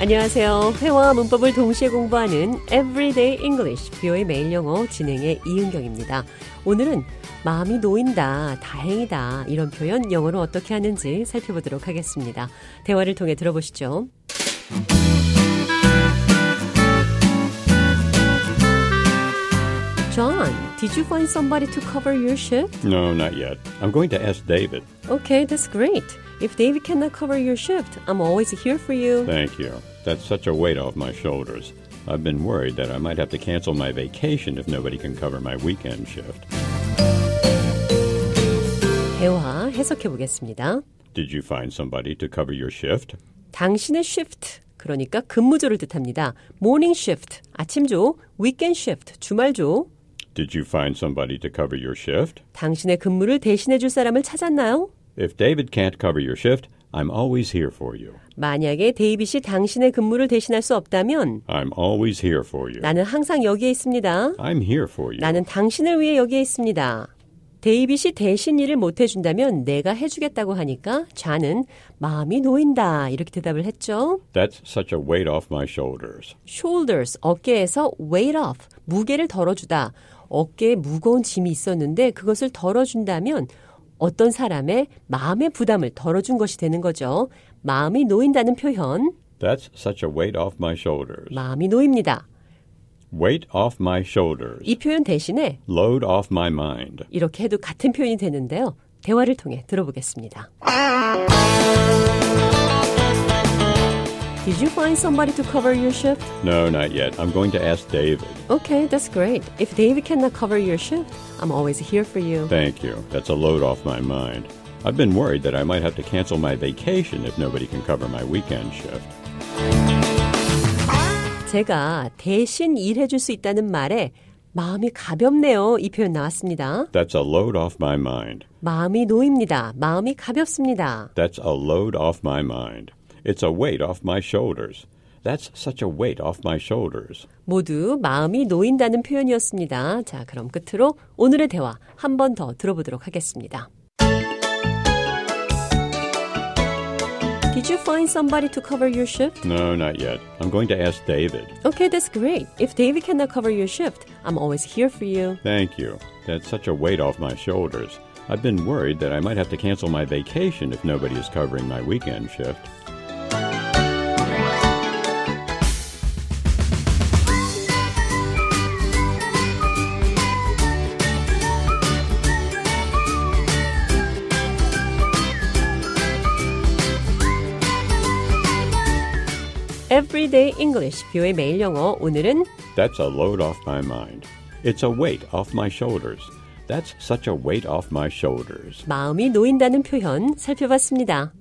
안녕하세요. 회화와 문법을 동시에 공부하는 Everyday English, 뷰의 매일 영어 진행의 이은경입니다. 오늘은 마음이 놓인다, 다행이다 이런 표현 영어로 어떻게 하는지 살펴보도록 하겠습니다. 대화를 통해 들어보시죠. John, did you find somebody to cover your shift? No, not yet. I'm going to ask David. Okay, that's great. If David cannot cover your shift, I'm always here for you. Thank you. That's such a weight off my shoulders. I've been worried that I might have to cancel my vacation if nobody can cover my weekend shift. 대화 해석해 보겠습니다. Did you find somebody to cover your shift? 당신의 shift 그러니까 근무조를 뜻합니다. morning shift 아침조, weekend shift 주말조. Did you find somebody to cover your shift? 당신의 근무를 대신해 줄 사람을 찾았나요? If David can't cover your shift, I'm always here for you. 만약에 데이빗이 당신의 근무를 대신할 수 없다면 I'm always here for you. 나는 항상 여기에 있습니다. I'm here for you. 나는 당신을 위해 여기에 있습니다. 데이빗이 대신 일을 못 해준다면 내가 해주겠다고 하니까 좌는 마음이 놓인다 이렇게 대답을 했죠. That's such a weight off my shoulders. shoulders 어깨에서 weight off 무게를 덜어주다 어깨에 무거운 짐이 있었는데 그것을 덜어준다면 어떤 사람의 마음의 부담을 덜어준 것이 되는 거죠. 마음이 놓인다는 표현 That's such a weight off my shoulders. 마음이 놓입니다. Weight off my shoulders. 이 표현 대신에 Load off my mind. 이렇게 해도 같은 표현이 되는데요. 대화를 통해 들어보겠습니다. Did you find somebody to cover your shift? No, not yet. I'm going to ask David. Okay, that's great. If David cannot cover your shift, I'm always here for you. Thank you. That's a load off my mind. I've been worried that I might have to cancel my vacation if nobody can cover my weekend shift. 제가 대신 일해줄 수 있다는 말에 마음이 가볍네요. 이 표현 나왔습니다. That's a load off my mind. 마음이 놓입니다. 마음이 가볍습니다. That's a load off my mind. It's a weight off my shoulders. That's such a weight off my shoulders. 모두 마음이 놓인다는 표현이었습니다. 자, 그럼 끝으로 오늘의 대화 한 번 더 들어보도록 하겠습니다. Did you find somebody to cover your shift? No, not yet. I'm going to ask David. Okay, that's great. If David cannot cover your shift, I'm always here for you. Thank you. That's such a weight off my shoulders. I've been worried that I might have to cancel my vacation if nobody is covering my weekend shift. Everyday English, 뷰의 매일 영어. 오늘은 That's a load off my mind. It's a weight off my shoulders. That's such a weight off my shoulders. 마음이 놓인다는 표현 살펴봤습니다.